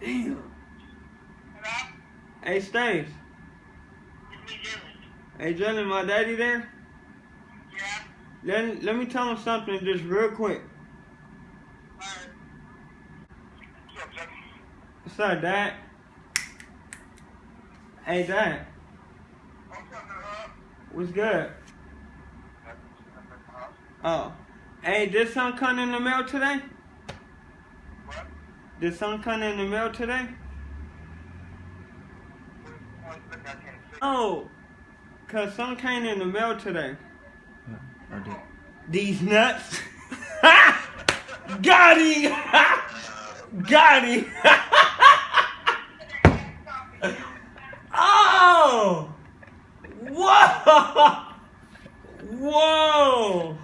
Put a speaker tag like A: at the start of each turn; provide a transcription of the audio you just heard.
A: Damn.
B: Hello?
A: Hey, Staves.
B: It's me, Jalen.
A: Hey, Jalen, my daddy there?
B: Yeah?
A: Let, let me tell him something just real quick.
B: Alright. What's up, Jalen?
A: What's up, Dad? Hey, Dad.
B: What's up, Hello?
A: What's good? Oh. Hey, did something come in the mail today?
B: What?
A: Did something come in the mail today?
B: One second, I can't see.
A: Oh. Cause something came in the mail today.
C: I did.
A: These nuts. Got him. Got him. oh. Whoa. Whoa.